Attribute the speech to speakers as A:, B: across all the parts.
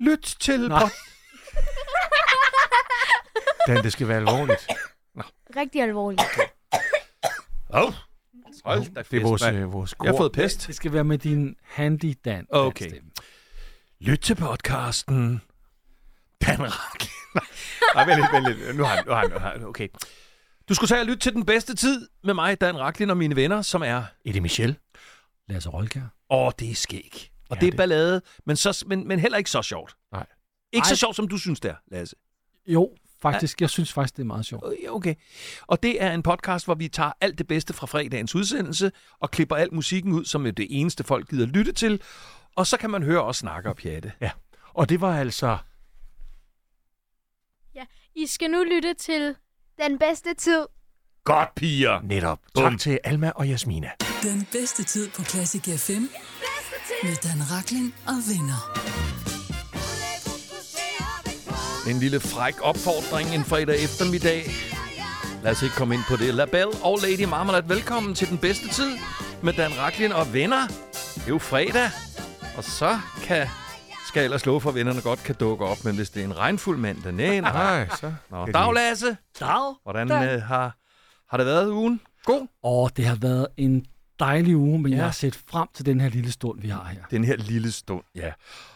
A: Lyt til
B: Nå.
A: pod... Dan, det skal være alvorligt.
C: Rigtig alvorligt.
A: Oh.
D: Hold da
A: Det er
D: fest,
A: vores,
D: mand.
A: øh, vores kor.
D: Jeg har fået pest.
B: Det skal være med din handy dan.
D: Okay.
B: danstemme.
A: Lyt til podcasten. Dan Rack.
D: Nej, vent lidt, vent lidt. Nu har han, nu har han, nu har han. Okay. Du skulle tage og lytte til den bedste tid med mig, Dan Raklin og mine venner, som er...
A: Eddie Michel.
B: Lasse Rolkær.
D: Åh, det er skæg.
A: Ja,
D: Og ja, det er
A: det-
D: ballade, men, så, men, men heller ikke så sjovt.
A: Nej.
D: Ikke Ej. så
B: Ej.
D: sjovt, som du synes, det er, Lasse.
B: Jo, faktisk. Jeg synes faktisk, det er meget sjovt.
D: Øh, ja, Okay. Og det er en podcast, hvor vi tager alt det bedste fra fredagens udsendelse og klipper al musikken ud, som er det eneste, folk gider lytte til. Og så kan man høre os snakke og pjatte.
A: Og det var altså...
C: I skal nu lytte til
E: Den bedste tid.
D: Godt, piger!
A: Netop.
D: Bum.
A: Tak til Alma og Jasmina.
F: Den bedste tid på Classic FM. Med Dan Raklin og venner.
D: En lille fræk opfordring en fredag eftermiddag. Lad os ikke komme ind på det. Label og Lady Marmalade, velkommen til den bedste tid med Dan Raklin og venner. Det er jo fredag, og så kan skal jeg ellers love for, at vennerne godt kan dukke op, men hvis det er en regnfuld mandag, nej, nej.
A: Nej, så...
D: Nå, dag, Lasse.
B: Dag.
D: Hvordan øh, har, har det været ugen? God.
B: Og det har været en dejlig uge, men
D: Ja.
B: ja. jeg har set frem til den her lille stund, vi har her.
D: Den her lille stund, ja.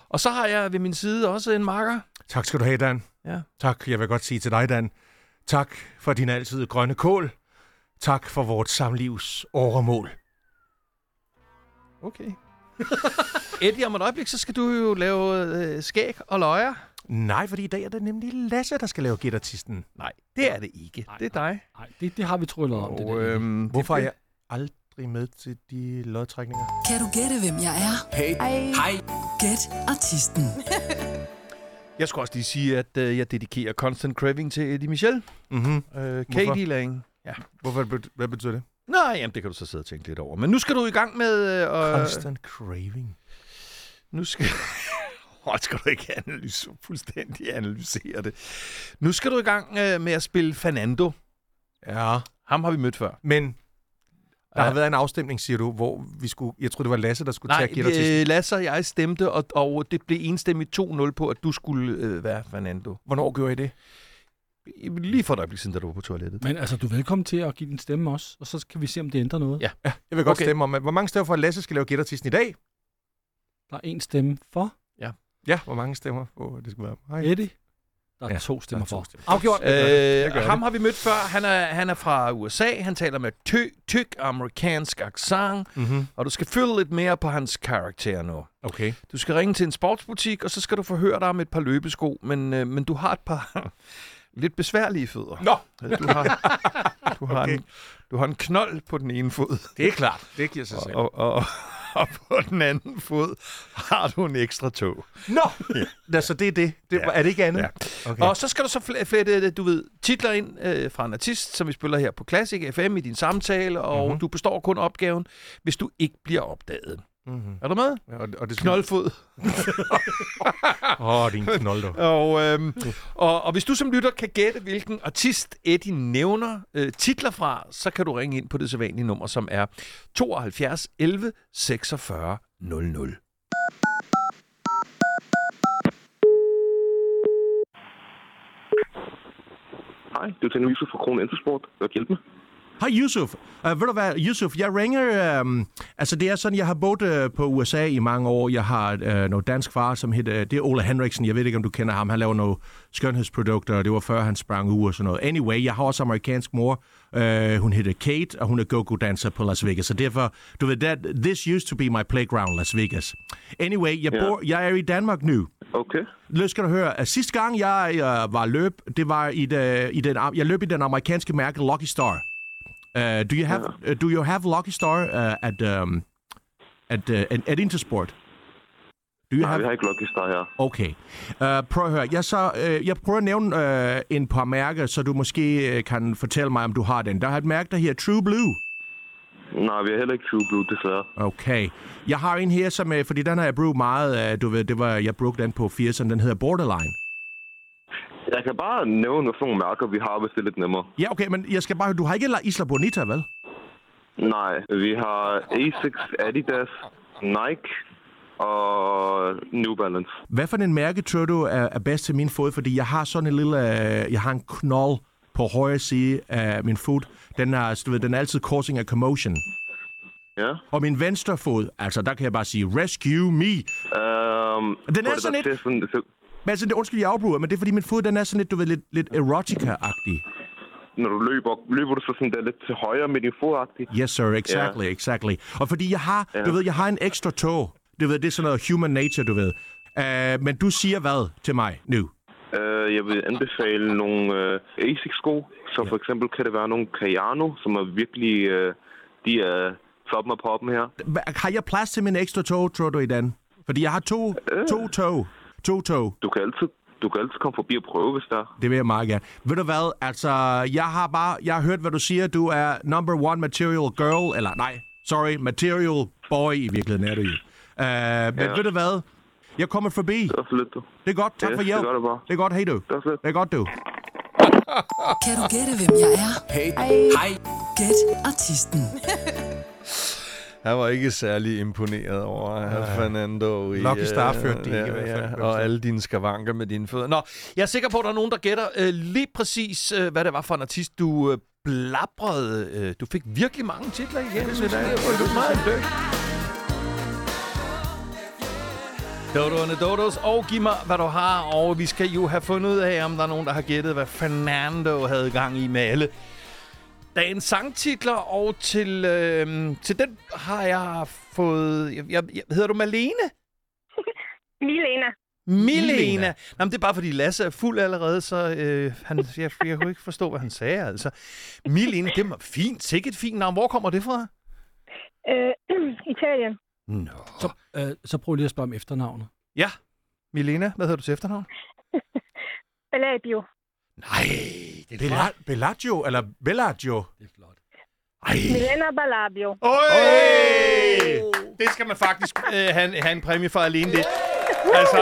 D: Og så har jeg ved min side også en marker.
A: Tak skal du have, Dan.
D: Ja.
A: Tak, jeg vil godt sige til dig, Dan. Tak for din altid grønne kål. Tak for vort samlivs overmål.
D: Okay. Eddie, om et øjeblik, så skal du jo lave øh, skæg og løjer.
A: Nej, fordi i dag er det nemlig Lasse, der skal lave gættertisten.
D: Nej, det er det ikke.
B: Nej,
D: det er dig.
B: Nej, det, det har vi tryllet om, det der.
D: øhm,
A: Hvorfor er jeg aldrig med til de lodtrækninger?
F: Kan du gætte, hvem jeg er?
E: Ej.
F: Gæt artisten.
D: Jeg skulle også lige sige, at øh, jeg dedikerer Constant Craving til Eddie Michel.
A: Mm-hmm.
D: Øh,
A: Hvorfor?
D: Katie Lang.
A: Hvorfor, bet- hvad betyder det?
D: Nej, jamen, det kan du så sidde og tænke lidt over. Men nu skal du i gang med... Øh, og-
A: Constant craving.
D: nu skal... Hold, skal du ikke analyse, fuldstændig analysere det. Nu skal du i gang øh, med at spille Fernando.
A: Ja,
D: Ham har vi mødt før.
A: men der
D: Ja.
A: har været en afstemning, siger du, hvor vi skulle... Jeg tror det var Lasse, der skulle tage gættertisten.
D: øh, Lasse og jeg stemte, og, og det blev enstemmigt 2-0 på, at du skulle øh, være Fernando.
A: Hvornår gjorde I det?
D: Lige for et øjeblik siden, da du var på toilettet.
B: Men altså, du er velkommen til at give din stemme også, og så kan vi se, om det ændrer noget.
D: Ja.
B: Ja.
A: Jeg vil godt
D: Okay.
A: okay. stemme om, at, hvor mange stemmer for, at Lasse skal lave gættertisten i dag?
B: Der er en stemme for
A: Ja, hvor mange stemmer? Åh, oh, det skulle være mig.
B: Eddie. Der er
A: Ja,
B: ja, to stemmer
A: der er to
B: for. Afgjort.
A: Jeg gør det.
D: Øh,
A: Jeg gør
D: ham har vi mødt før. Han er, han er fra USA. Han taler med ty, tyk amerikansk accent,
A: Mm-hmm.
D: og du skal følge lidt mere på hans karakter nu.
A: Okay.
D: Du skal ringe til en sportsbutik, og så skal du forhøre dig om et par løbesko, men, øh, men du har et par lidt besværlige fødder.
A: Nå,
D: Øh, Du har, du har, okay.
A: Okay.
D: en, du har en knold på den ene fod,
A: det er klart. Det giver sig
D: og, og, og, og på den anden fod har du en ekstra tog.
A: Nå! Ja. Så det er det. det
D: Ja.
A: Er det ikke andet?
D: Ja.
A: Okay.
D: Okay. Og så skal du så fl- flette, øh, du ved, titler ind øh, fra en artist, som vi spiller her på Classic FM i din samtale, og
A: Mhm.
D: mm-hmm. du består kun opgaven, hvis du ikke bliver opdaget.
A: mm-hmm.
D: Er du med?
A: og, og det
D: Knoldfod.
A: Åh, oh, din knold, du.
D: Og, øhm, og, og hvis du som lytter kan gætte, hvilken artist Eddie nævner øh, titler fra, så kan du ringe ind på det sædvanlige nummer, som er 72 11 46 00.
G: Hej, du tænder Yusuf fra Kron Infosport. Hvad kan hjælpe mig?
H: Hej Yusuf. Uh, ved du hvad, Yusuf, jeg ringer... Um, altså det er sådan, jeg har boet uh, på USA i mange år. Jeg har uh, noget dansk far, som hedder... øh, Det er Ole Henriksen. Jeg ved ikke, om du kender ham. Han laver nogle skønhedsprodukter, og det var før han sprang ud og sådan noget. Anyway, jeg har også amerikansk mor. Uh, hun hedder Kate, og hun er go-go-danser på Las Vegas. Så derfor, du ved, that, this used to be my playground, Las Vegas. Anyway, jeg,
G: Ja.
H: bor, jeg er i Danmark nu.
G: Okay.
H: Nu skal du høre, at sidste gang jeg øh, var løb, det var i, det, i den, jeg løb i den amerikanske mærke Lucky Star. Uh, do you have uh, do you have Lucky Star uh, at um, at, uh, at at Intersport? Do you
G: Nej,
H: have
G: vi har ikke Lucky Star her.
H: Okay. Uh, prøv at høre. Jeg, så, uh, jeg prøver at nævne uh, en par mærker, så du måske uh, kan fortælle mig, om du har den. Der er et mærke, der hedder True Blue.
G: Nej, vi har heller ikke True Blue, desværre.
H: Okay. Jeg har en her, som, uh, fordi den har jeg brugt meget. Uh, du ved, det var, jeg brugte den på 80'erne. Den hedder Borderline.
G: Jeg kan bare nævne, hvad for nogle mærker vi har, hvis det er lidt nemmere.
H: Ja, okay, men jeg skal bare... Du har ikke la- Isla Bonita, vel?
G: Nej, vi har Asics, Adidas, Nike, og New Balance.
H: Hvad for en mærke tror du er, er bedst til min fod? Fordi jeg har sådan en lille... øh, Jeg har en knold på højre side af min fod. Den er, altså, du ved, den er altid causing a commotion.
G: Ja.
H: Og min venstre fod, altså der kan jeg bare sige, rescue me.
G: Øhm,
H: Den er
G: hvor
H: sådan
G: det der
H: lidt-
G: til Sådan, så,
H: Men altså, det- undskyld, jeg afbryder, men det er fordi min fod, den er sådan lidt, du ved, lidt, lidt erotica-agtig.
G: når du løber, løber du så sådan der lidt til højre med din fodagtigt.
H: Yes, sir, exactly, yeah. exactly. Og fordi jeg har, yeah. du ved, jeg har en ekstra tog. Du ved, det er sådan noget human nature, du ved. Uh, men du siger hvad til mig nu?
G: Øh, jeg vil anbefale nogle øh, Asics-sko, så for eksempel kan det være nogle Cayano, som er virkelig... Øh, de er toppen og poppen her.
H: Hva- Har jeg plads til min ekstra tog, tror du, i den? Fordi jeg har to,
G: Øh.
H: to tog. To tog.
G: Du kan altid, du kan altid komme forbi og prøve, hvis der er.
H: Det vil jeg meget gerne. Ved du hvad, altså, jeg har bare, jeg har hørt, hvad du siger. Du er number one material girl, eller nej, sorry, material boy i virkeligheden er du jo. Uh, men
G: Ja.
H: ved du hvad, jeg kommer forbi.
G: Det er også lidt, du.
H: Det er godt, tak
G: Ja,
H: for
G: det
H: hjælp.
G: gør det bare.
H: Det er godt, hej du.
G: Det er også lidt.
H: Det er godt, du.
F: Kan du gætte, hvem jeg er?
I: Hej.
F: Gæt artisten.
D: Han var ikke særlig imponeret over ja. Fernando. I,
A: Lucky Star
D: øh,
A: førte de ikke i hvert fald, kan man
D: Og
A: sige.
D: alle dine skavanker med dine fødder. Nå, jeg er sikker på, at der er nogen, der gætter øh, lige præcis, øh, hvad det var for en artist, du øh, blabrede. Øh, du fik virkelig mange titler igennem. Ja, det synes jeg, det er meget dygtig. Dodoerne Dodos, og giv mig, hvad du har. Og vi skal jo have fundet ud af, om der er nogen, der har gættet, hvad Fernando havde gang i med alle dagens sangtitler, og til, øh, til den har jeg fået... Jeg, jeg, jeg, hedder du Malene?
J: Milena.
D: Milena. Nå, men det er bare, fordi Lasse er fuld allerede, så øh, han, jeg, jeg kunne ikke forstå, hvad han sagde. Altså. Milena, det var fint. Sikkert fint navn. Hvor kommer det fra?
J: Øh, Italien.
D: Nå.
B: Øh, så prøv lige at spørge om efternavnet.
D: Ja. Milena, hvad hedder du til efternavn?
J: Bellabio.
D: Nej, det er
A: Bella- Bellagio, eller Bellagio.
J: Milena Bellabio.
D: Øj! Det skal man faktisk øh, have, en- have en præmie for alene det. Altså,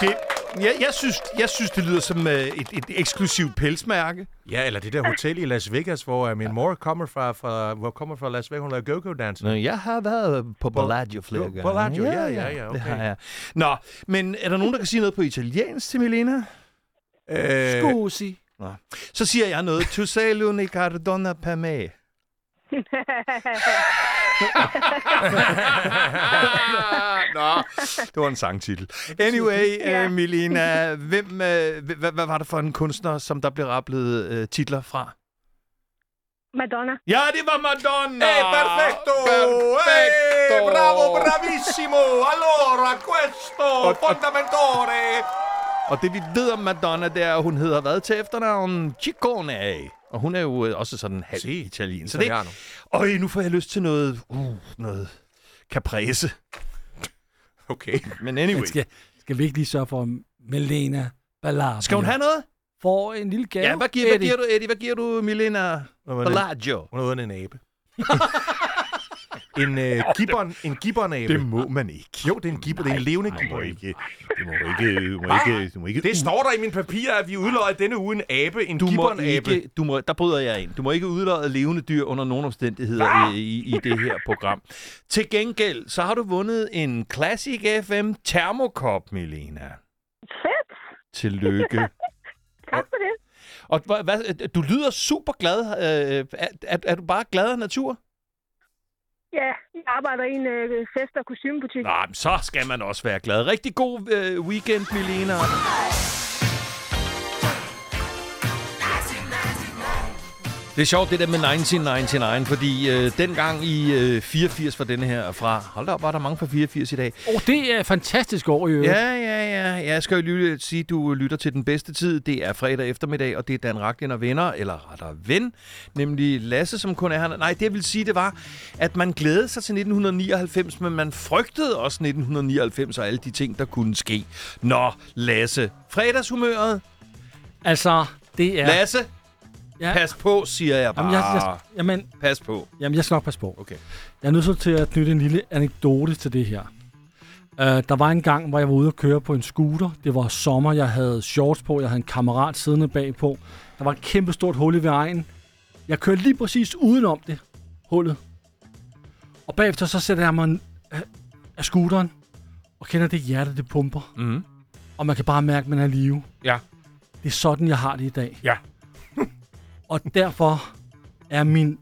D: det, jeg, jeg, synes, jeg synes, det lyder som øh, et, et eksklusivt pelsmærke.
A: Ja, eller det der hotel i Las Vegas, hvor uh, min mor kommer fra, fra, hvor kommer fra Las Vegas. Hun laver go-go-dans.
D: Nå, jeg har været på Bellagio flere
A: Jo,
D: gange.
A: Bellagio, ja, ja, ja,
D: Det
A: okay.
D: har jeg. Nå, men er der nogen, der kan sige noget på italiensk til Milena?
A: Øh,
B: Scusi.
D: Så siger jeg noget. Tu sei l'unica donna per me. Nå, det var en sangtitel. Anyway, ja.
J: Ja.
D: øh, Milena, hvem, øh, hvad, hvad var det for en kunstner, som der blev rapplet øh, titler fra?
J: Madonna.
D: Ja, det var Madonna!
A: Eh, perfetto!
D: Perfetto!
A: Eh, bravo, bravissimo! Allora, questo fondamentore!
D: Og det vi ved om Madonna, det er, at hun hedder hvad til efternavn? Ciccone. Og hun er jo øh, også sådan halv
A: Si,
D: italien. Så det,
A: Italiano.
D: øj, nu får jeg lyst til noget, uh, noget caprese.
A: Okay.
D: Men anyway.
B: Men skal, skal vi ikke lige sørge for, om Melena Ballard
D: Skal hun have noget?
B: får en lille gave?
D: Ja, hvad giver, hvad
B: Eddie?
D: giver du, Eddie? Hvad giver du, Milena
A: Hvad var det?
D: Bellagio?
A: Hun er uden en abe. en øh, gibbon, en gibbonabe.
D: Det må man ikke.
A: Jo, det er en gibbon. Det er en levende gibbon.
D: ikke. Det må ikke. Du må ikke. Du må ikke.
A: Det står der i mine papirer, at vi udløjer denne uge en abe. En
D: Du må
A: gibbonabe.
D: ikke, du må, der bryder jeg ind. Du må ikke udløje levende dyr under nogen omstændigheder i, i, i det her program. Til gengæld, så har du vundet en Classic FM Thermokop, Milena.
J: Fedt.
D: Tillykke.
J: Tak for det.
D: Og hva- hvad, du lyder super glad. Øh, er, er, er du bare glad af natur?
J: Ja, jeg arbejder i en øh, fest- og kostymebutik.
D: Nej, men så skal man også være glad. Rigtig god øh, weekend, Milena. Det er sjovt, det der med 1999, fordi øh, dengang i øh, 84 var denne her fra. Hold da op, var der mange fra 84 i dag.
B: Åh, oh, det er et fantastisk år i øvrigt.
D: Ja, ja, ja. Jeg skal jo lige sige, at du lytter til den bedste tid. Det er fredag eftermiddag, og det er Dan Raklin og venner, eller rettere ven, nemlig Lasse, som kun er her. Nej, det jeg vil sige, det var, at man glædede sig til 1999, men man frygtede også 1999 og alle de ting, der kunne ske. Nå, Lasse. Fredagshumøret.
B: Altså, det
D: Ja.
B: er...
D: Lasse,
B: ja.
D: pas på, siger jeg bare.
B: Jamen, jeg, jeg,
D: Ah.
B: jamen,
D: Pas på.
B: jamen, jeg skal nok passe på.
D: Okay.
B: Jeg er nødt til at knytte en lille anekdote til det her. Uh, der var en gang, hvor jeg var ude at køre på en scooter. Det var sommer, jeg havde shorts på, jeg havde en kammerat siddende bagpå. Der var et kæmpe stort hul i vejen. Jeg kørte lige præcis udenom det hullet. Og bagefter så sætter jeg mig øh, af scooteren, og kender det hjerte, det pumper.
D: Mm.
B: Og man kan bare mærke, at man er i live.
D: Ja.
B: Det er sådan, jeg har det i dag.
D: Ja.
B: og derfor er min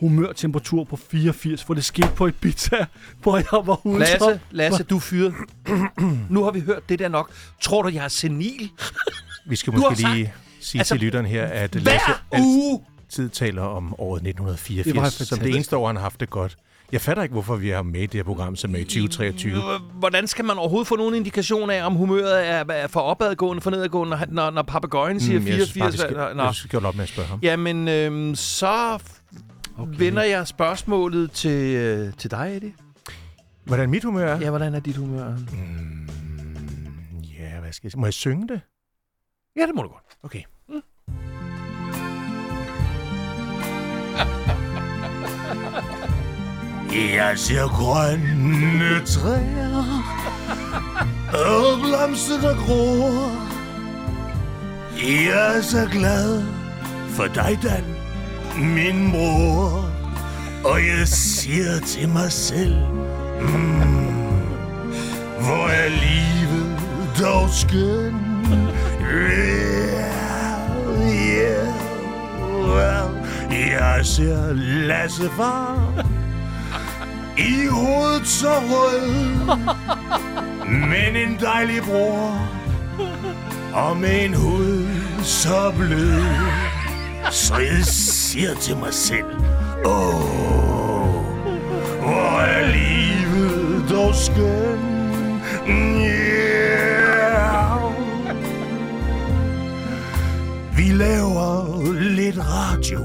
B: humørtemperatur på 84, for det skete på Ibiza, hvor jeg var ude.
D: Lasse, Lasse, du er fyret. nu har vi hørt det der nok. Tror du, jeg er senil?
H: Vi skal
D: Du har
H: måske lige sige
D: altså,
H: til lytteren her, at Lasse
D: Hver uge!
H: altid taler om året
B: Det var
H: 1984,
B: fantastisk.
H: som det eneste år, han har haft det godt. Jeg fatter ikke, hvorfor vi har med i det her program, som er i 2023.
D: øh, Hvordan skal man overhovedet få nogen indikation af, om humøret er, er for opadgående, for nedadgående, når, når, når papegøjen siger
H: Mm,
D: 84?
H: bare, vi skal,
D: Nå, nå.
H: jeg synes, vi skal holde op med at spørge ham.
D: Jamen, øhm, så okay. vender jeg spørgsmålet til, øh, til dig, Eddie.
H: Hvordan er mit humør er?
D: Ja, hvordan er dit humør?
H: Mm, ja, hvad skal jeg sige? Må jeg synge det?
D: Ja, det må du godt.
H: Okay. Jeg ser grønne træer Og blomster der gror Jeg er så glad for dig, Dan Min bror Og jeg siger til mig selv mm, Hvor er livet dog skøn yeah, yeah, well. Jeg ser Lasse far i hovedet så rød Men en dejlig bror Og med en hud så blød Så jeg siger til mig selv Åh, hvor er livet dog skøn yeah. Vi laver lidt radio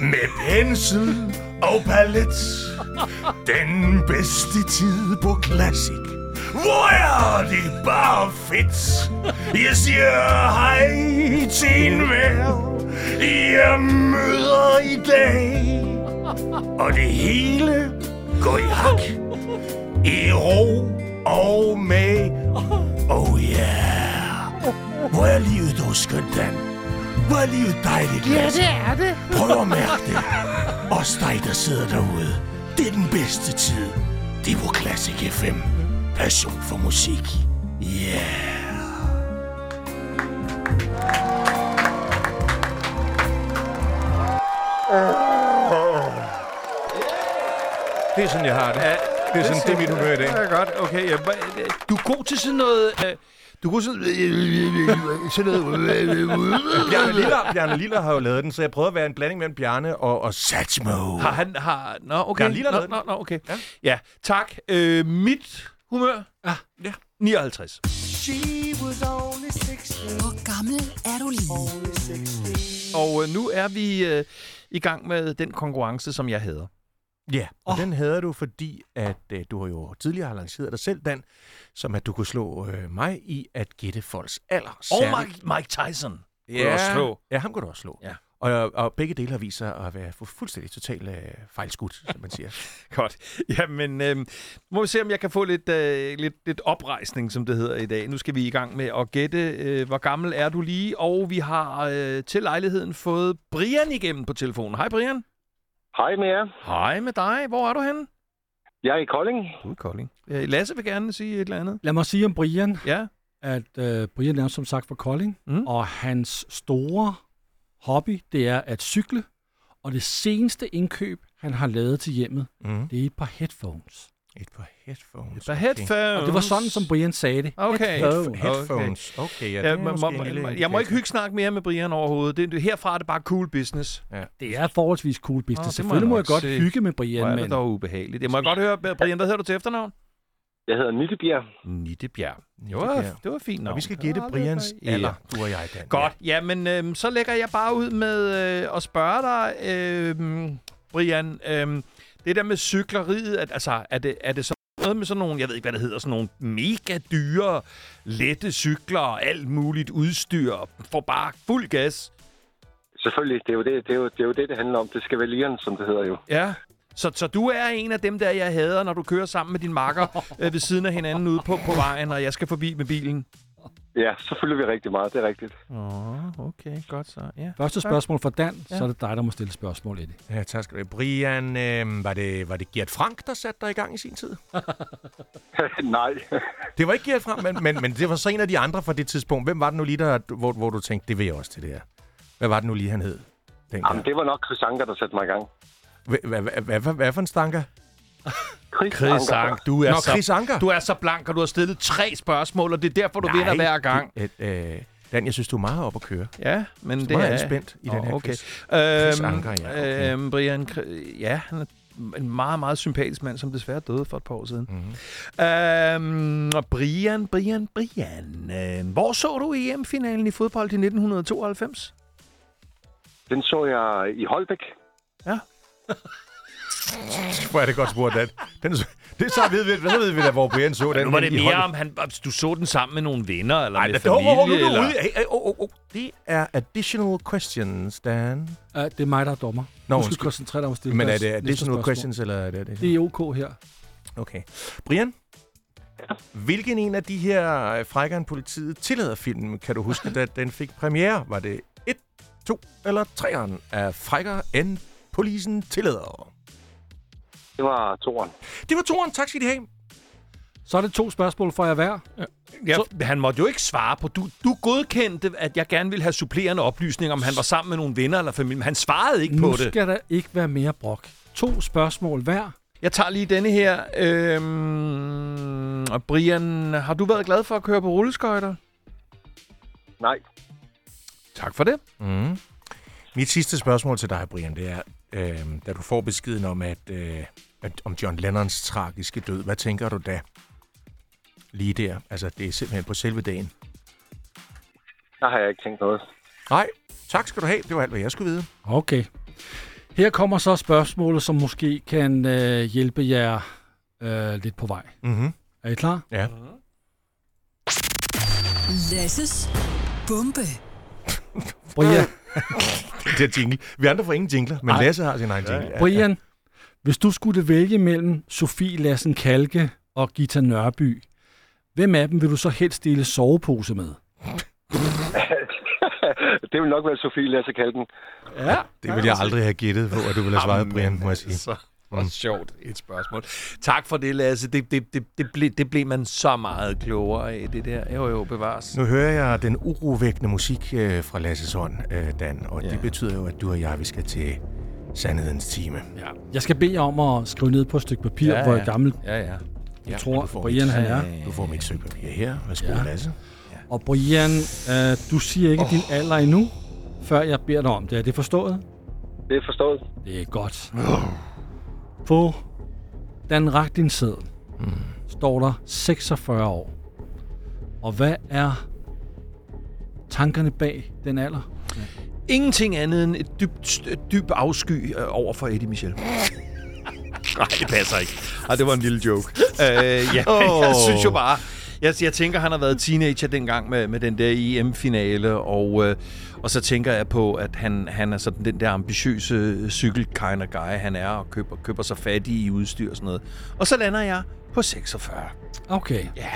H: Med pensel og palet den bedste tid på Classic. Hvor er det bare fedt. Jeg siger hej til en hver. Jeg møder i dag. Og det hele går i hak. I ro og med. Oh yeah. Hvor er livet dog skønt, Dan? Hvor er livet dejligt, Ja, det er det. Prøv at mærke det. Også dig, der sidder derude. Det er den bedste tid. Det er på Classic FM. Passion for musik. Yeah. Det er sådan, jeg har det. Det er sådan, det er mit humør i dag.
D: Det er godt. Okay, ja. hva- øh, Du er god til sådan noget... øh, Du er god til sådan, sådan noget...
H: Bjarne Lille, Bjarne Lille har jo lavet den, så jeg prøvede at være en blanding mellem Bjarne og, og Satchmo.
D: Har han... Har, nå, okay.
H: Bjarne Lille har
D: nå,
H: lavet
D: nå,
H: den.
D: nå, okay. Ja,
H: Ja.
D: ja tak. Øh, mit humør? Ja. ja. 59.
F: Hvor gammel er du lige?
D: Og øh, nu er vi øh, i gang med den konkurrence, som jeg hader.
H: Ja, og
B: Åh.
H: oh. den havde du, fordi at øh, du har jo tidligere har lanceret dig selv, Dan, som at du kunne slå øh, mig i at gætte folks alder.
D: Og
H: Særligt-
D: Mike, Mike Tyson.
H: ja.
D: du også slå.
H: Ja, ham kunne du også slå.
D: Ja.
H: Og, og begge dele har vist sig at være fu- fuldstændig totalt øh, fejlskudt, som man siger.
D: Godt. Jamen, øh, må vi se, om jeg kan få lidt, øh, lidt, lidt oprejsning, som det hedder i dag. Nu skal vi i gang med at gætte, øh, hvor gammel er du lige? Og vi har øh, til lejligheden fået Brian igennem på telefonen. Hej, Brian.
G: Hej med jer.
D: Hej med dig. Hvor er du henne?
G: Jeg er i Kolding.
D: Du er i Kolding. Øh, Lasse vil gerne sige et eller andet.
B: Lad mig sige om Brian,
D: Ja.
B: at øh, Brian er som sagt fra Kolding,
D: Mm.
B: mm. og hans store hobby, det er at cykle, og det seneste indkøb, han har lavet til hjemmet,
H: Mm.
B: det er et par headphones.
H: Et par headphones.
D: Så headphones. Oh,
B: Og det var sådan, som Brian sagde det.
D: Okay.
H: Headphones.
B: Headphones.
H: Headphones. Okay, okay ja, det
D: Ja,
H: er
D: må,
H: måske
D: må,
H: en lille
D: må, jeg
H: indikator.
D: må ikke hygge snakke mere med Brian overhovedet. Det, det- herfra er det bare cool business.
B: Det er forholdsvis cool
D: Nå,
B: business.
D: det må
B: Nå,
D: jeg
B: Selvfølgelig må
D: nok
B: jeg godt
D: se.
B: hygge med
D: Hvor er
B: Brian,
D: det
B: men
D: dog ubehageligt. Det må jeg godt høre, Brian. Hvad hedder du til efternavn?
G: Jeg hedder Nittebjerg.
D: Nittebjerg. Det
H: Nittebjerg.
D: var, det var fint
H: Og
D: navn.
H: vi skal gætte
D: Ja, det var
H: Brians
D: godt.
H: alder, du og jeg, Dan.
D: Godt. Ja, men øhm, så lægger jeg bare ud med øh, at spørge dig, øhm, Brian. Øhm, det der med cykleriet, at, altså, er det, er det så noget med sådan nogle, jeg ved ikke, hvad det hedder, sådan nogle mega dyre, lette cykler og alt muligt udstyr for bare fuld gas?
G: Selvfølgelig, det er, jo det, det, er jo, det er jo det, det handler om. Det skal være lieren, som det hedder jo.
D: Ja. Så, så du er en af dem der, jeg hader, når du kører sammen med din makker øh, ved siden af hinanden ude på, på vejen, og jeg skal forbi med bilen?
I: Ja, så følger vi rigtig meget, det er rigtigt.
D: Åh, oh, okay. Godt så. Ja.
B: Første
D: tak.
B: spørgsmål fra Dan,
D: Ja.
B: ja. så er det dig, der må stille spørgsmål i det.
H: Ja, tak skal du have. Brian, øh, var, det, var det Gert Frank, der satte dig i gang i sin tid?
I: Nej.
H: Det var ikke Gert Frank, men, men, men det var så en af de andre fra det tidspunkt. Hvem var det nu lige, der, hvor, hvor du tænkte, det vil jeg også til det her? Hvad var det nu lige, han hed? dengang?
I: Jamen, det var nok Chris Anker, der satte mig i gang.
H: Hvad- hvad- hvad- hvad- hvad- Hvad for en stanker?
I: Chris,
D: Chris
I: Anker.
D: Ank, du er,
H: Nå,
D: så,
H: Chris Anker.
D: du er så blank, og du har stillet tre spørgsmål, og det er derfor, du Nej, vinder hver gang.
H: Du, øh, øh, Dan, jeg synes, du er meget op at køre.
D: Ja, men det
H: meget
D: er...
H: anspændt i den her
D: okay.
H: quiz.
D: Øhm,
H: Chris Anker, ja, okay.
D: Øhm, Brian, Kr- ja, han er en meget, meget sympatisk mand, som desværre døde for et par år siden.
H: Mhm.
D: Mm-hmm. Øhm, og Brian, Brian, Brian. Øh, hvor så du EM-finalen i fodbold i 1992?
I: Den så jeg i Holbæk.
D: Ja.
H: Hvor er det godt spurgt, Dan. Den, det så ved vi, så ved vi da, hvor Brian så den.
D: Nu var det
H: i
D: mere,
H: hånden.
D: om han, om du så den sammen med nogle venner, eller
H: Ej,
D: med
H: da- hov, hov, hov, nu
D: familie,
H: er du
D: eller...
H: ude. Hey, hey, oh, oh, oh. Det er additional questions, Dan.
B: Uh, det er mig, der er dommer.
H: Nå,
B: Nå, du skal
H: undskyld.
B: koncentrere dig om at stille
H: Men er
B: deres
H: det
B: næste
H: additional
B: spørgsmål.
H: questions, eller er det additional?
B: Det er OK her.
H: Okay. Brian? Hvilken en af de her øh, frækkere end politiet tillader film, kan du huske, da den fik premiere? Var det 1, 2 eller 3'eren af frækkere end polisen tillader?
I: Det var toren.
H: Det var toren. Tak skal I have.
B: Så er det to spørgsmål fra jer hver.
D: Ja, han måtte jo ikke svare på. Du, du godkendte, at jeg gerne ville have supplerende oplysninger, om han var sammen med nogle venner eller familie. Men han svarede ikke
B: Nu
D: på det.
B: skal der ikke være mere brok. To spørgsmål hver.
D: Jeg tager lige denne her. Øhm, og Brian, har du været glad for at køre på rulleskøjter?
I: Nej.
D: Tak for det.
H: Mm. Mit sidste spørgsmål til dig, Brian, det er, øh, da du får beskeden om, at, øh, at, om John Lennons tragiske død, hvad tænker du da? Lige der. Altså, det er simpelthen på selve dagen.
I: Der har jeg ikke tænkt noget.
H: Nej, tak skal du have. Det var alt, hvad jeg skulle vide.
B: Okay. Her kommer så spørgsmålet, som måske kan øh, hjælpe jer øh, lidt på vej.
H: Mhm.
B: Er I klar?
H: Ja.
F: Lasses bombe.
B: Brian,
H: Det er jingle. Vi andre får ingen jingler, men
B: Ej.
H: Lasse har sin egen jingle. Ja,
B: Brian hvis du skulle vælge mellem Sofie Lassen Kalke og Gita Nørby, hvem af dem vil du så helst dele sovepose med?
I: det vil nok være Sofie Lasse Kalken.
D: Ja.
H: Det ville jeg aldrig have gættet på, at du ville have svaret, Brian, må jeg sige.
D: altså,
H: Mm.
D: Så hvor sjovt et spørgsmål. Tak for det, Lasse. Det, det, det, det, ble, det blev man så meget klogere af, det der. Jo, jo, bevares.
H: Nu hører jeg den urovækkende musik øh, fra Lasses hånd, øh, Dan, og ja. det betyder jo, at du og jeg, vi skal til sandhedens time.
D: Ja,
B: Jeg skal bede jer om at skrive ned på et stykke papir, ja, ja. hvor gammel
D: Ja, ja.
B: jeg
H: Ja,
B: tror,
H: du får
B: Brian han er.
H: Du får mit sølvpapir her. Værsgo, ja.
B: Ja.
H: Lasse.
B: Og Brian, øh, du siger ikke oh. din alder endnu, før jeg beder dig om det. Er det forstået?
I: Det er forstået.
B: Det er godt. På Dan Ragdins sæd mm. står der 46 år. Og hvad er tankerne bag den alder?
D: Ingenting andet end et dybt, et dyb afsky øh, over for Eddie Michel. Nej, det passer ikke. Ej, det var en lille joke. øh, ja, oh. jeg synes jo bare... Jeg, jeg tænker, han har været teenager dengang med, med den der EM-finale, og, øh, og så tænker jeg på, at han, han er sådan den der ambitiøse cykel kind of guy, han er, og køber, køber sig fattig i udstyr og sådan noget. Og så lander jeg på 46.
B: Okay.
D: Ja.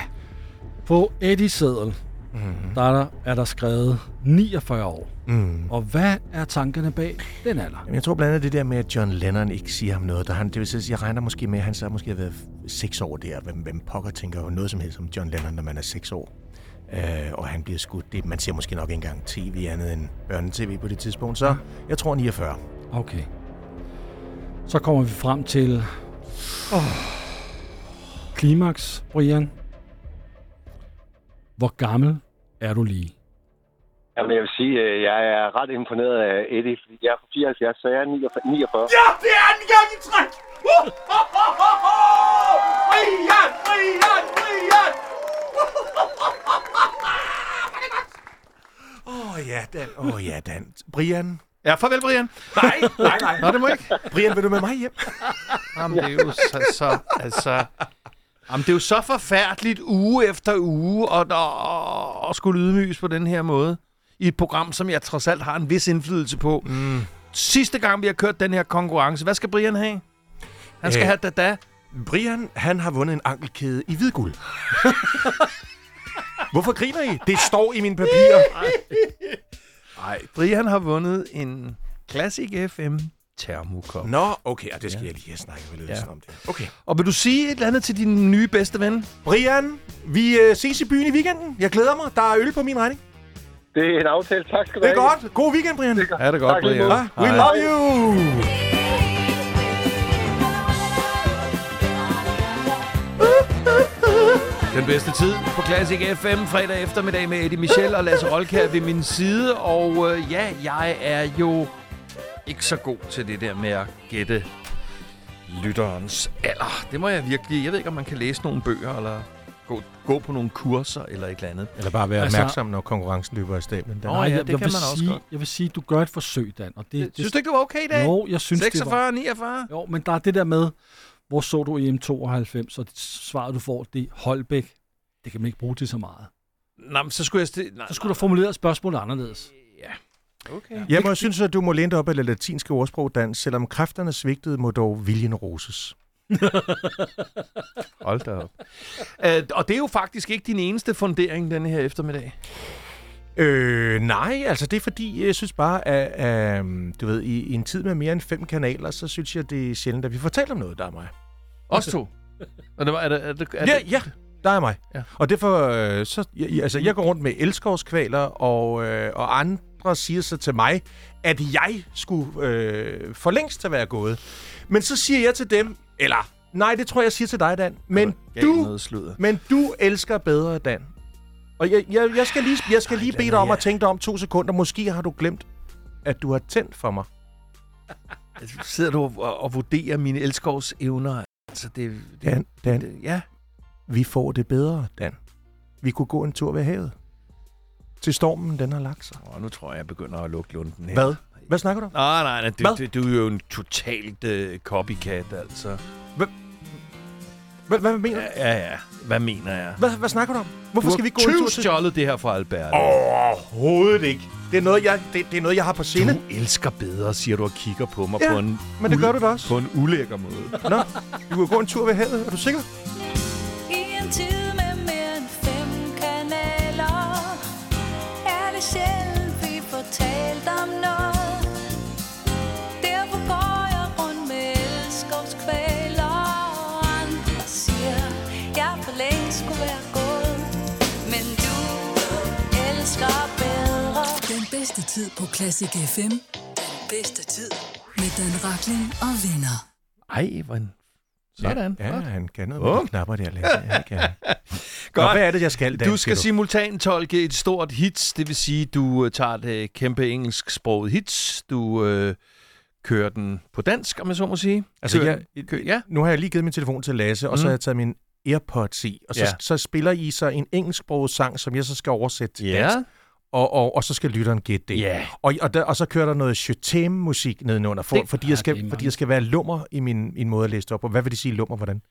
B: På Eddies sædel, mm. der er, der er der skrevet 49 år. Mm. Og hvad er tankerne bag den alder?
H: Jamen, jeg tror blandt andet det der med, at John Lennon ikke siger ham noget. Der han, det vil sige, jeg regner måske med, at han så måske har været seks år der. Hvem, hvem pokker tænker jo noget som helst om John Lennon, når man er seks år? Øh, og han bliver skudt. Det, man ser måske nok ikke engang tv andet end børnetv på det tidspunkt. Så jeg tror 49.
B: Okay. Så kommer vi frem til... Oh. Klimaks, Brian. Hvor gammel er du lige?
I: Jamen, jeg vil sige, at jeg er ret imponeret af Eddie, fordi jeg er fra 74, så jeg er 49.
A: Ja, det er anden gang i træk! Uh, ho, ho, ho, ho! Brian, Brian, Brian!
H: Åh oh, ja, Dan. Åh oh, ja, Dan. Brian.
D: Ja, farvel, Brian.
A: Nej, nej, nej.
D: Nå, det må ikke.
H: Brian, vil du med mig hjem?
D: Jamen, det er jo så, så altså... Jamen, det er jo så forfærdeligt uge efter uge og, og, og skulle ydmyges på den her måde i et program, som jeg trods alt har en vis indflydelse på. Mm. Sidste gang, vi har kørt den her konkurrence, hvad skal Brian have? Han skal
H: Øh.
D: have dada.
H: Brian, han har vundet en ankelkæde i hvid guld. Hvorfor griner I? Det står i mine papirer.
D: Nej, Brian har vundet en Classic FM termokop.
H: Nå, okay, og det skal ja. jeg lige have snakket med ledelsen ja. om det. Okay.
D: Og vil du sige et eller andet til din nye bedste ven?
H: Brian, vi øh, ses i byen i weekenden. Jeg glæder mig. Der er øl på min regning.
G: Det er en aftale. Tak skal du
H: Det
G: have.
H: er godt. God weekend, Brian.
D: Ja, det er godt,
G: Tak, lige
D: Brian.
H: We
G: måde.
D: Hej.
H: love you!
D: Den bedste tid på Classic FM fredag eftermiddag med Eddie Michel og Lasse Rolkær ved min side. Og øh, ja, jeg er jo ikke så god til det der med at gætte lytterens alder. Det må jeg virkelig. Jeg ved ikke, om man kan læse nogle bøger eller gå, gå på nogle kurser eller et eller andet.
H: Eller bare være
B: Altså-
H: altså, opmærksom, når konkurrencen løber af stablen. Den
D: Nå, ja, det kan
B: jeg vil
D: man også
B: sige,
D: godt.
B: Jeg vil sige, du gør et forsøg, Dan. Og det,
D: Synes du ikke, det var okay i dag?
B: Jo, jeg synes, det var.
D: 46, 49?
B: Jo, men der er det der med, hvor så du EM92, og det svar, du får, det er Holbæk. Det kan man ikke bruge til så meget.
D: Nej, men så skulle jeg... Sti- nej,
B: Så skulle du formulere spørgsmålet anderledes.
D: okay.
H: Ja, men jeg synes, at du må læne dig op af det latinske ordsprog, Dan. Selvom kræfterne svigtede, må dog viljen roses.
D: Hold da op. Øh, og det er jo faktisk ikke din eneste fundering den her eftermiddag.
H: Øh, nej, altså det er fordi, jeg synes bare, at øh, du ved, i, i en tid med mere end fem kanaler, så synes jeg, det er sjældent, at vi fortæller om noget, der er mig.
D: Os to. Er det, er det, er det, er
H: Ja,
D: det?
H: ja, der er mig.
D: Ja.
H: Ja. Og derfor, øh, så, jeg, jeg- altså jeg går rundt med elskovskvaler, og, øh, og andre siger så til mig, at jeg skulle øh, for længst have været gået. Men så siger jeg til dem, eller nej, det tror jeg, jeg siger til dig, Dan, men
D: Gav
H: du
D: noget sludder.
H: Men du elsker bedre, Dan. Og jeg, jeg, jeg skal lige, jeg skal lige bede dig om at tænke dig om to sekunder. Måske har du glemt, at du har tændt for mig.
D: Altså, Sidder du og, og vurderer mine elskovs evner? Altså, det, det,
H: Dan, Dan,
D: det, ja.
H: vi får det bedre, Dan. Vi kunne gå en tur ved havet. Til stormen, den har lagt sig.
D: Åh, nu tror jeg, jeg begynder at lukke lunden her.
H: Hvad? Hvad snakker du om?
D: Nej, nej, nej. Du,
H: Hvad?
D: du, du er jo en totalt øh, copycat, altså.
H: Hvad, hvad mener du?
D: Ja, ja, ja. Hvad mener jeg?
H: Hvad, hvad snakker du om? Hvorfor skal vi gå en tur til...
D: stjålet det her fra Albert.
H: Overhovedet ikke. Det er noget, jeg, det, det er noget, jeg har på sinde.
D: Du elsker bedre, siger du og kigger på mig
H: Ja,
D: på en
H: men det
D: ul-
H: gør du da også.
D: På en ulækker måde.
H: Nå, vi kunne gå en tur ved havet. Er du sikker?
F: I en tid med mere end fem kanaler Er det sjældent, vi får talt om noget Derfor går jeg rundt med elskovskvaler Og andre siger, jeg for længe skulle være gået Men du elsker bedre Den bedste tid på Classic FM Den bedste tid med Dan Rakling og venner
D: Ej, hvor en... Sådan.
H: Ja, ja han kan noget
D: Åh.
H: med de knapper der. Lasse. Ja, kan han. Nå,
D: Godt.
H: hvad er det, jeg skal, Dan?
D: Du skal
H: siger
D: simultantolke et stort hits, det vil sige, du øh, tager det kæmpe engelsksproget hits, du øh, kører den på dansk, om jeg så må sige.
H: Altså,
D: kører,
H: jeg-
D: kører, ja.
H: nu har jeg lige givet min telefon til Lasse, og mm. så
D: Mm.
H: har jeg taget min AirPods i, og så,
D: Ja.
H: ja. så spiller I så en engelsksproget sang, som jeg så skal oversætte til
D: Ja.
H: dansk, og, og, og så skal lytteren gætte det.
D: Ja.
H: Og, og, der, og så kører der noget Shotem-musik nedenunder, for,
D: Det-
H: det, fordi, jeg
B: Ah, det er
H: skal,
B: mange.
H: fordi jeg skal være lummer i min, min måde at læse det op. Og hvad vil det sige lummer, hvordan?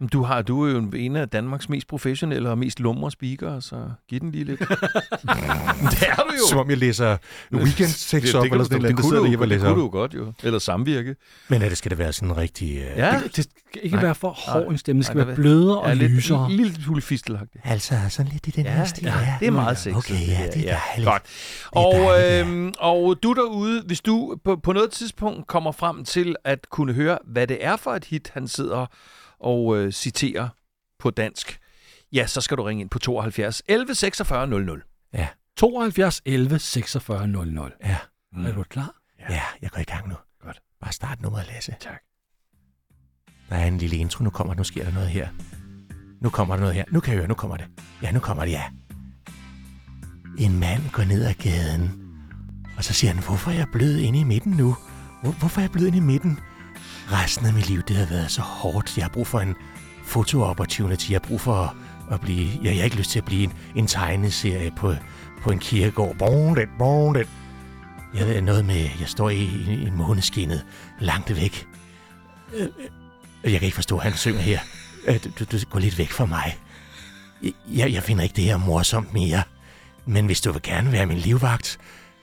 D: Men Du, har, du er jo en- en af Danmarks mest professionelle og mest lumre speakere, så giv den lige lidt. det er du
H: Som
D: jo.
H: om jeg læser weekend-tekst op, eller sådan noget,
D: det,
H: der
D: kunne
H: sidder
D: du,
H: derhjemme og
D: det
H: læser
D: kunne du
H: op.
D: jo godt jo. Eller samvirke.
H: Men er det, skal det være sådan en rigtig... Øh...
D: Ja.
B: Det, det skal ikke
D: Nej.
B: være for hård en stemme. Det skal
D: Nej,
B: være
D: der-
B: blødere og
D: ja, lidt,
B: lysere.
D: Lidt, lidt hulefistelagtigt.
H: Altså, sådan lidt i den her stil.
D: det er meget sexet.
H: Okay, ja, det er dejligt.
D: Godt.
H: er
D: Og,
H: dejligt,
D: øh, og du derude, hvis du på, på noget tidspunkt kommer frem til at kunne høre, hvad det er for et hit, han sidder og øh, citerer på dansk, ja, så skal du ringe ind på 72 11 46 00.
B: 72 11 46 00.
H: Ja.
B: Mm. Er du klar?
H: Ja, jeg går i gang nu.
D: Godt.
H: Bare start nummeret, Lasse.
D: Tak.
H: Der er en lille intro. Nu kommer nu sker der noget her. Nu kommer der noget her. Nu kan jeg høre, nu kommer det. Ja, nu kommer det, ja. En mand går ned ad gaden, og så siger han, hvorfor er jeg blød inde i midten nu? Hvor, hvorfor er jeg blød inde i midten? Resten af mit liv, det har været så hårdt. Jeg har brug for en foto-opportunity. Jeg har brug for at, at blive... Ja, jeg har ikke lyst til at blive en, en tegneserie på, på en kirkegård. Bon, det, bon, det. Jeg ved noget med, jeg står i, i, i måneskinnet, langt væk. Øh, øh, Jeg kan ikke forstå, at han synger her. Øh, Du, du, du går lidt væk fra mig. Jeg, jeg finder ikke det her morsomt mere. Men hvis du vil gerne være min livvagt,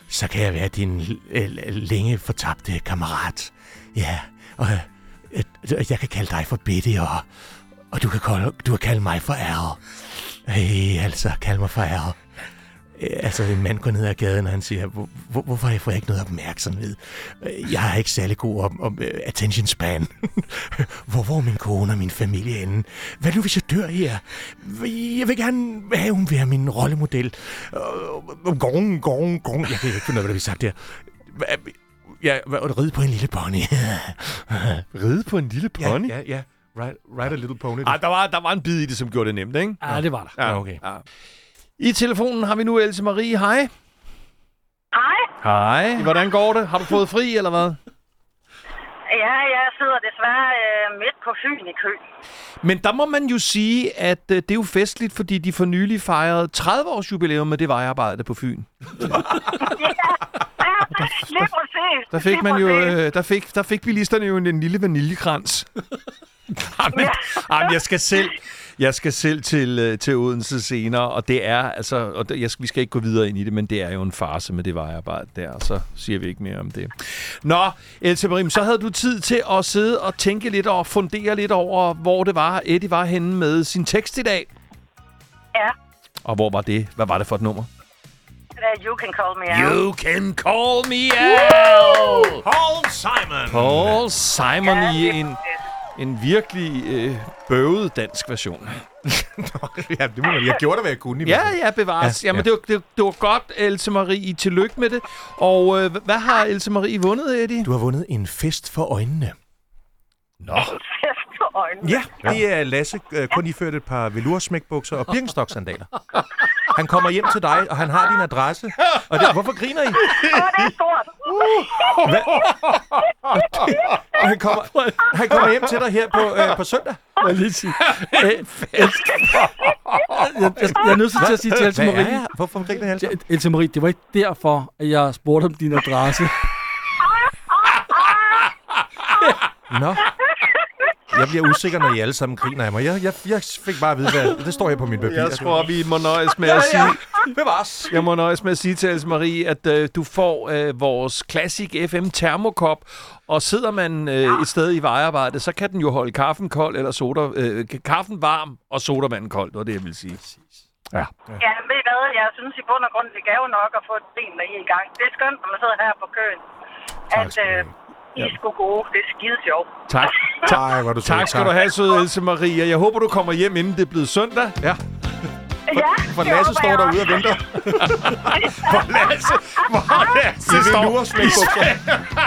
H: så kan jeg være din øh, længe fortabte kammerat. Ja, og øh, øh, jeg kan kalde dig for Betty, og, og du, kan kalde, du kan kalde mig for Al.
K: Hey, altså, kald mig fejret. Altså, en mand går ned ad gaden, og han siger, hvor, hvor- hvorfor får jeg ikke noget opmærksomhed? Øh, Jeg er ikke særlig god om, om øh, attention span. hvor, hvor er min kone og min familie henne? Hvad nu, hvis jeg dør her? Jeg vil gerne have, hun vil have min rollemodel. Øh, Gong, gong, gong. Jeg kan ikke finde ud af, hvad der bliver sagt der. Hva- Ja, hvad, og ride på en lille pony.
D: ride på en lille pony?
K: Ja, ja, ja. Ride, ride a little pony. Ah,
D: Ah, der, var, der var en bid i det, som gjorde det nemt, ikke?
H: Ah,
B: Ja, det var der.
D: Ja, okay. Ja. I telefonen har vi nu Else Marie. Hej.
L: Hej.
D: Hej. Hvordan går det? Har du fået fri, eller hvad?
L: Ja, jeg sidder desværre øh, midt på Fyn i kø.
D: Men der må man jo sige, at øh, det er jo festligt, fordi de for nylig fejrede 30-års jubilæum med det vejarbejde på Fyn.
L: Lige præcis.
D: Der fik
L: lige
D: man jo,
L: præcis.
D: øh, der fik, der fik bilisterne jo en, en lille vaniljekrans. jamen, jamen, jeg skal selv, jeg skal selv til, øh, til Odense senere, og det er altså, og det, jeg, skal- vi skal ikke gå videre ind i det, men det er jo en farse med det vejarbejde der, og så siger vi ikke mere om det. Nå, Else Marim, så havde du tid til at sidde og tænke lidt og fundere lidt over, hvor det var, Eddie var henne med sin tekst i dag.
L: Ja.
D: Og hvor var det? Hvad var det for et nummer?
L: Øh, You can call me out.
D: You can call me out!
A: Paul Simon!
D: Paul Simon i en, en virkelig øh, bøvet dansk version.
K: ja, det må man. Jeg gjorde det, hvad jeg kunne.
D: Ja, ja, bevares. Ja, Jamen, ja. Det, var, det, var- det var godt, Else Marie. Tillykke med det. Og øh, hvad har Else Marie vundet, Eddie?
K: Du har vundet en fest for øjnene.
D: Nå.
L: Fest på øjnene.
H: Ja, det er Lasse, øh, kun iført et par velursmækbukser og birkenstock-sandaler. Han kommer hjem til dig, og han har din adresse. Og det, hvorfor griner I?
L: Åh, det er stort.
H: Hvad? Og han, kommer, han kommer hjem til dig her på, øh, på søndag.
B: Må jeg lige sige. Øh, Else- jeg, jeg, jeg er nødt til at sige til Else
H: Hvad
B: Marie.
H: er jeg? Hvorfor griner Else?
B: Ja, Else Marie, det var ikke derfor, at jeg spurgte om din adresse.
H: Nå. Jeg bliver usikker, når I alle sammen griner af mig. Jeg, jeg, jeg fik bare at vide, hvad det står her på min papir.
D: Jeg tror, vi må nøjes med at sige... Bevares. Jeg må nøjes med at sige til Else Marie, at øh, du får øh, vores Classic FM termokop, og sidder man øh, et sted i vejarbejde, så kan den jo holde kaffen kold eller soda... Øh, kaffen varm og sodavanden kold, det var det, jeg ville sige. Ja.
L: Ja, ved I hvad? Jeg synes i bund og grund, det gav nok at få et ben der i en gang. Det er skønt, når man sidder her på køen. At øh, I er sgu gode. Det er skide sjovt.
D: Tak.
H: Tak, hvor du
D: tak skal du have, søde Else Marie. og Jeg håber, du kommer hjem, inden det er blevet søndag.
H: Ja.
L: Ja,
D: For
L: det
D: Lasse
L: håber
D: står
L: jeg
D: derude
L: også.
D: og venter. for Lasse, for Lasse
H: I
D: står...
H: velursmækbukser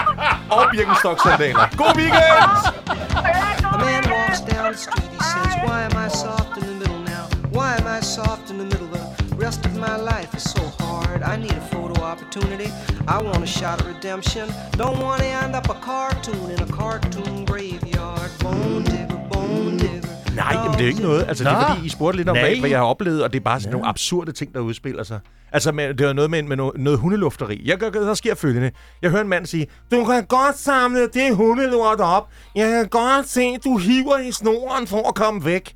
H: og birkenstock-sandaler. God weekend!
M: A man walks down the street, he says, Why am I soft in the middle now? Why am I soft in the middle? The rest of my life is so hard. I need a photo opportunity. I want a shot at redemption. Don't want to end up a cartoon in a cartoon graveyard. Bone digger, bone digger.
H: Nej, jamen, det er jo ikke noget. Altså, det
K: Nå.
H: er fordi, I spurgte lidt om,
K: Nej.
H: hvad, hvad jeg har oplevet, og det er bare sådan nogle absurde ting, der udspiller sig. Altså, med, det var noget med, med noget, noget hundelufteri. Jeg, gør, der sker følgende. Jeg hører en mand sige, du kan godt samle det hundelort op. Jeg kan godt se, du hiver i snoren for at komme væk.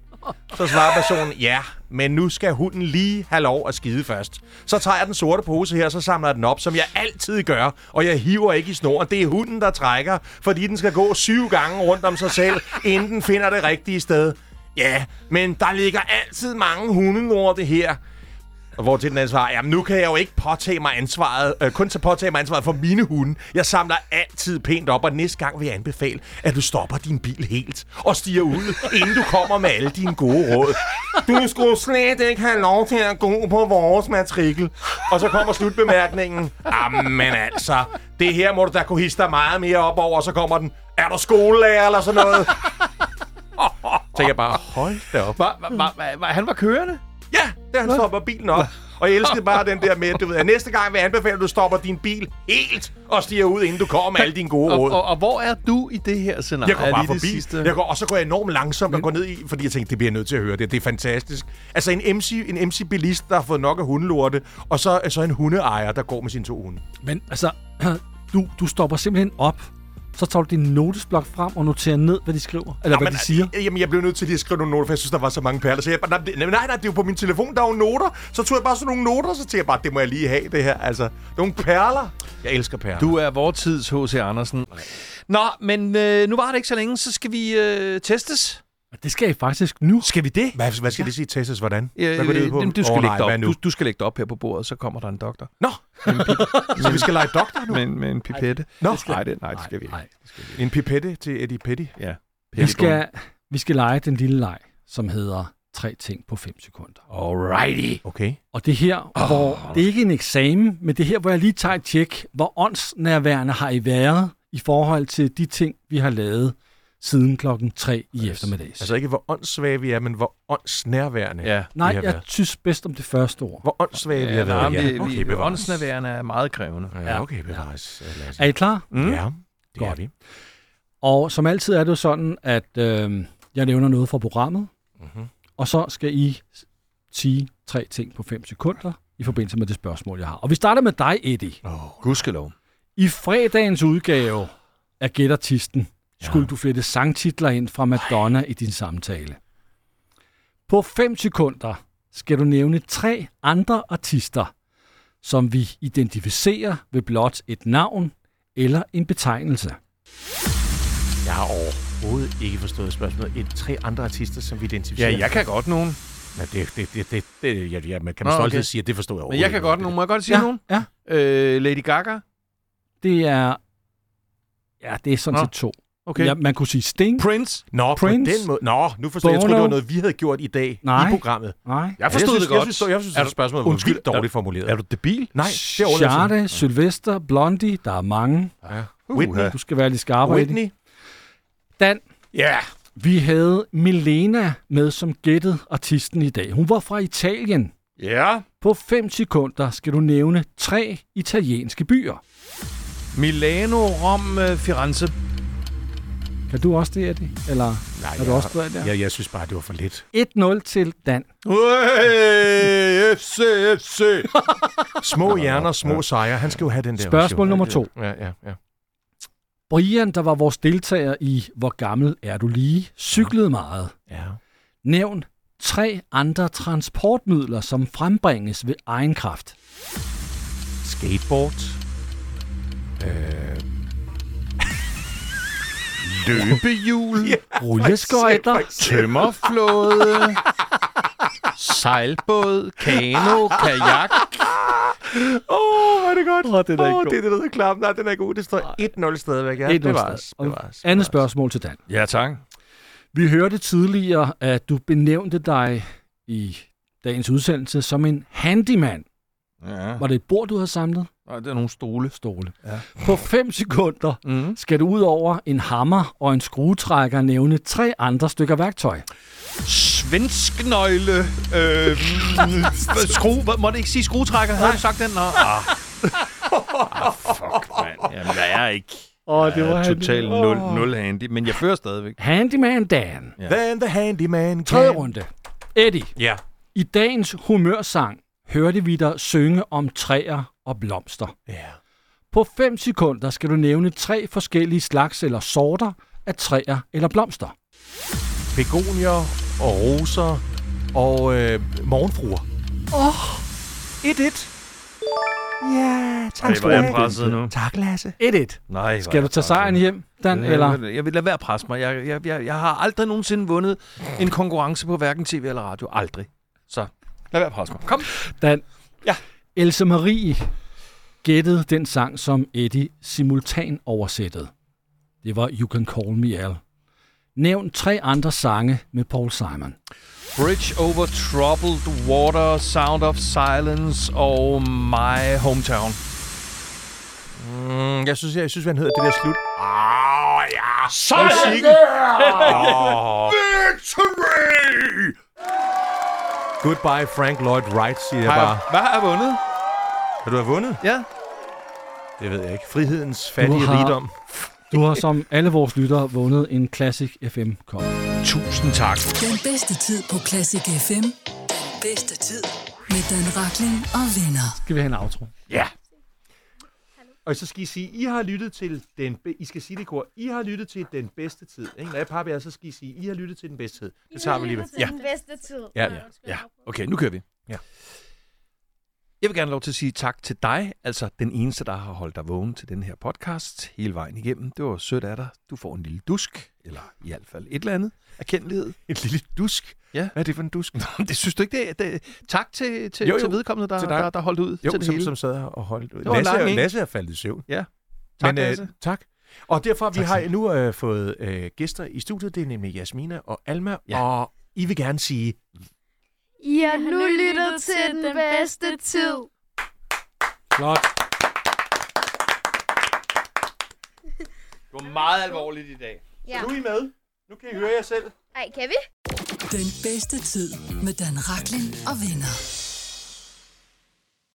H: Så svarer personen, ja, men nu skal hunden lige have lov at skide først. Så tager jeg den sorte pose her, så samler jeg den op, som jeg altid gør, og jeg hiver ikke i snoren. Det er hunden, der trækker, fordi den skal gå syv gange rundt om sig selv, inden den finder det rigtige sted. Ja, men der ligger altid mange hundelorte her. Og hvor til den anden svarer, jamen nu kan jeg jo ikke påtage mig ansvaret, øh, kun til påtage mig ansvaret for mine hunde. Jeg samler altid pænt op, og næste gang vil jeg anbefale, at du stopper din bil helt og stiger ud, inden du kommer med alle dine gode råd. Du skulle slet ikke have lov til at gå på vores matrikel. Og så kommer slutbemærkningen. Jamen altså, det her må du da kunne hisse dig meget mere op over, og så kommer den. Er du skolelærer eller sådan noget? Tænker jeg bare, hold da op.
D: Var, var, var, var, var, han var kørende?
H: Ja, da han stopper bilen op. Og jeg elskede bare den der med, du ved, at næste gang vil jeg anbefale, at du stopper din bil helt og stiger ud, inden du kommer med alle dine gode
D: Og,
H: råd.
D: og, og hvor er du i det her scenarie?
H: Jeg går bare
D: lige det
H: forbi,
D: sidste?
H: jeg går, og så går jeg enormt langsomt og går ned i, fordi jeg tænkte, det bliver jeg nødt til at høre det. Det er fantastisk. Altså en MC, en MC-bilist, der har fået nok af hundelorte, og så, så en hundeejer, der går med sine to hunde.
B: Men altså, du, du stopper simpelthen op, så tager du din notesblok frem og noterer ned, hvad de skriver, eller
H: Jamen,
B: hvad
H: øh,
B: de siger.
H: Jamen, jeg blev nødt til lige at skrive nogle noter, for jeg synes, der var så mange perler. Så jeg, bare, nej, det- nej, nej, det er jo på min telefon, der er jo noter. Så tog jeg bare sådan nogle noter, så tænkte jeg bare, det må jeg lige have, det her. Altså, nogle perler. Jeg elsker perler.
D: Du er vores tids H.C. Andersen. Nå, men øh, nu var det ikke så længe, så skal vi øh, testes.
B: Det skal I faktisk nu.
H: Skal vi det? Hvad, hvad skal ja. det sige? Testes hvordan?
D: Ja,
H: hvad går det ud på?
D: jamen, du, skal
H: Åh,
D: oh,
H: nej,
D: lægge det
H: hvad
D: op.
H: nu?
D: Du, du skal lægge det op her på bordet, så kommer der en doktor.
H: Nå!
D: så vi skal lege doktor nu? Med, en- med en pipette.
H: Nå.
D: Det skal... Nej, det, nej, det skal vi ikke.
H: En pipette til Eddie Petty?
D: Ja.
B: Vi skal, vi skal lege den lille leg, som hedder tre ting på 5 sekunder.
D: Alrighty.
H: Okay.
B: Og det her, oh. hvor det er ikke en eksamen, men det her, hvor jeg lige tager et tjek, hvor åndsnærværende har I været i forhold til de ting, vi har lavet siden klokken 3 i eftermiddag.
H: Altså ikke, hvor åndssvage vi er, men hvor åndsnærværende ja. vi
B: Nej,
H: har
B: jeg
H: været.
B: synes bedst om det første ord.
H: Hvor åndssvage vi har
D: nej,
H: været.
D: men vi- vi-
H: bevares.
D: åndsnærværende er meget krævende.
H: Ja, okay, bevares. Ja.
B: Er I klar?
H: Mm. Ja, det
B: Godt.
H: er vi.
B: Og som altid er det jo sådan, at øh, jeg nævner noget fra programmet,
H: Mhm.
B: mm-hmm. og så skal I s- sige tre ting på 5 sekunder i forbindelse med det spørgsmål, jeg har. Og vi starter med dig, Eddie.
H: Oh.
D: Gudskelov.
B: I fredagens udgave af Gættertisten skulle du flette sangtitler ind fra Madonna i din samtale. På 5 sekunder skal du nævne tre andre artister, som vi identificerer ved blot et navn eller en betegnelse.
H: Jeg har overhovedet ikke forstået spørgsmålet. Et, tre andre artister, som vi identificerer.
D: Ja, jeg kan godt nogen.
H: Ja, det, det, det, det, det ja, ja, man kan
D: Nå,
H: med stolthed
D: okay.
H: sige, at det forstod
D: Men
H: jeg
D: jeg
H: overhovedet
D: kan godt
H: ikke.
D: nogen. Må jeg godt sige
B: Ja,
D: nogen?
B: ja.
D: Øh, Lady Gaga?
B: Det er... Ja, det er sådan
D: Nå,
B: set to.
D: okay.
B: Ja, man kunne sige Sting.
D: Prince?
H: Nå,
B: Prince,
H: på den måde. Nå, nu forstår jeg. Jeg troede, det var
B: Bono.
H: noget, vi havde gjort i dag
B: Nej.
H: i programmet.
B: Nej.
H: Ja,
D: Jeg forstod
H: jeg synes,
D: det godt.
H: Jeg synes, jeg synes,
D: Er
H: at
D: du-
H: spørgsmålet var
D: Undskyld,
H: vildt dårligt
D: er-
H: formuleret.
D: Er du debil?
H: Nej, det er
B: Charde, Sylvester, Blondie, der er mange.
H: Ja.
B: Whitney. Du skal være lidt skarpere. Eddie.
H: Whitney.
B: Dan,
H: Ja.
B: vi havde Milena med som gættet artisten i dag. Hun var fra Italien.
D: Ja.
B: På 5 sekunder skal du nævne tre italienske byer.
D: Milano, Rom, øh, Firenze.
B: Kan du også det, Eddie? Eller
H: Nej,
B: er du også der?
H: jeg, jeg synes bare, det var for lidt.
B: 1-0 til Dan.
H: Hey, FC, FC. små hjerner, små sejre. Han skal jo have den der.
B: Spørgsmål nummer to.
H: Ja, ja, ja.
B: Brian, der var vores deltager i Hvor gammel er du lige, cyklede meget.
H: ja.
B: Nævn tre andre transportmidler, som frembringes ved egen kraft.
H: Skateboard. Øh.
D: Løbehjul. ja.
B: Rulleskøjter.
D: Tømmerflåde. sejlbåd. Kano. Kajak.
H: Åh, oh, var det godt.
B: Åh, den er ikke
H: Åh,
B: god.
H: det er det, der hedder klap. Nej, den er god. Det står 1-0 stadigvæk. Ja,
B: 1-0
H: det var os.
B: Og
H: Det var altså- os.
B: Andet spørgsmål til Dan.
D: Ja, tak.
B: Vi hørte tidligere, at du benævnte dig i dagens udsendelse som en handyman.
D: Ja.
B: Var det et bord, du havde samlet?
D: Og det er nogle stole.
B: Stole.
D: Ja.
B: På 5 sekunder
D: Mm.
B: skal du ud over en hammer og en skruetrækker nævne tre andre stykker værktøj.
D: Svensknøgle. Øh, skru, hvad- må det ikke sige skruetrækker? Havde du sagt den? Nå. Ah. ah, fuck, mand. Jamen, jeg er ikke
B: Åh, det
D: er totalt nul, nul handy, men jeg fører stadigvæk.
B: Handyman Dan.
D: Ja.
H: Then the handyman
B: Tredje
H: came.
B: runde. Eddie,
H: Ja.
B: i dagens humørsang hørte vi dig synge om træer og blomster.
H: Ja.
B: På 5 sekunder skal du nævne tre forskellige slags eller sorter af træer eller blomster.
H: Begonier og roser og øh, morgenfruer. Åh. Oh. 1-1. Ja, tak
D: Ej, hvor er jeg presset nu.
H: Tak, Lasse.
B: 1-1.
D: Nej, hvor er
B: Skal du
D: jeg
B: tage sejren hjem, Dan?
D: Jeg-
B: Eller?
D: Jeg, jeg vil lade være at presse mig. Jeg, jeg, jeg, jeg har aldrig nogensinde vundet en konkurrence på hverken tv eller radio. Aldrig. Så lad være at presse mig. Kom.
B: Dan.
D: Ja.
B: Else Marie gættede den sang, som Eddie simultan oversættede. Det var You Can Call Me Al. Nævn tre andre sange med Paul Simon.
D: Bridge over troubled water, sound of silence og my hometown.
H: Mm, jeg synes, jeg, jeg synes, han hedder det der slut. Åh, ja. Så
N: Victory!
H: Goodbye, Frank Lloyd Wright, siger jeg
D: Har
H: bare.
D: jeg, hvad har jeg vundet?
H: Har du have vundet?
D: Ja.
H: Det ved jeg ikke. Frihedens fattige
B: har-
H: rigdom.
B: Du har som alle vores lyttere vundet en Classic fm kop
D: Tusind tak.
F: Den bedste tid på Classic FM. Den bedste tid med Dan Rakling og venner.
B: Skal vi have en outro?
H: Ja. Og så skal I sige, I har lyttet til den... Be- I skal sige det i kor. I har lyttet til den bedste tid. Ikke? Når jeg papper jer, så skal I sige, I har lyttet til den bedste tid. Det tager vi lige ved.
D: Ja.
E: Den bedste tid.
H: Ja, ja.
D: Ja, okay, nu kører vi. Jeg vil gerne have lov til at sige tak til dig, altså den eneste, der har holdt dig vågen til den her podcast hele vejen igennem. Det var sødt af dig. Du får en lille dusk, eller i hvert fald et eller andet erkendelighed.
H: En lille dusk?
D: Ja.
H: Hvad er det for en dusk?
D: Nå, det synes du ikke, det er... Det... Tak til, til, til vedkommende, der, til der, der holdt ud
H: jo,
D: til det
H: som,
D: hele.
H: som sad og holdt ud.
D: Det var en
H: Lasse,
D: lang en.
H: Lasse er faldet i søvn.
D: Ja.
H: Tak,
D: Tak,
H: Men, øh,
D: Lasse.
H: tak. Og derfor vi
D: Tak,
H: har
D: tak.
H: nu øh, fået øh, gæster i studiet. Det er nemlig Jasmina og Alma.
D: Ja.
H: Og I vil gerne sige
E: I har nu lyttet til den bedste tid.
B: Flot.
D: Det var meget alvorligt i dag.
E: Ja.
H: Nu er I med. Nu kan I høre jer selv.
E: Ej, kan vi?
F: Den bedste tid med Dan Raklin og venner.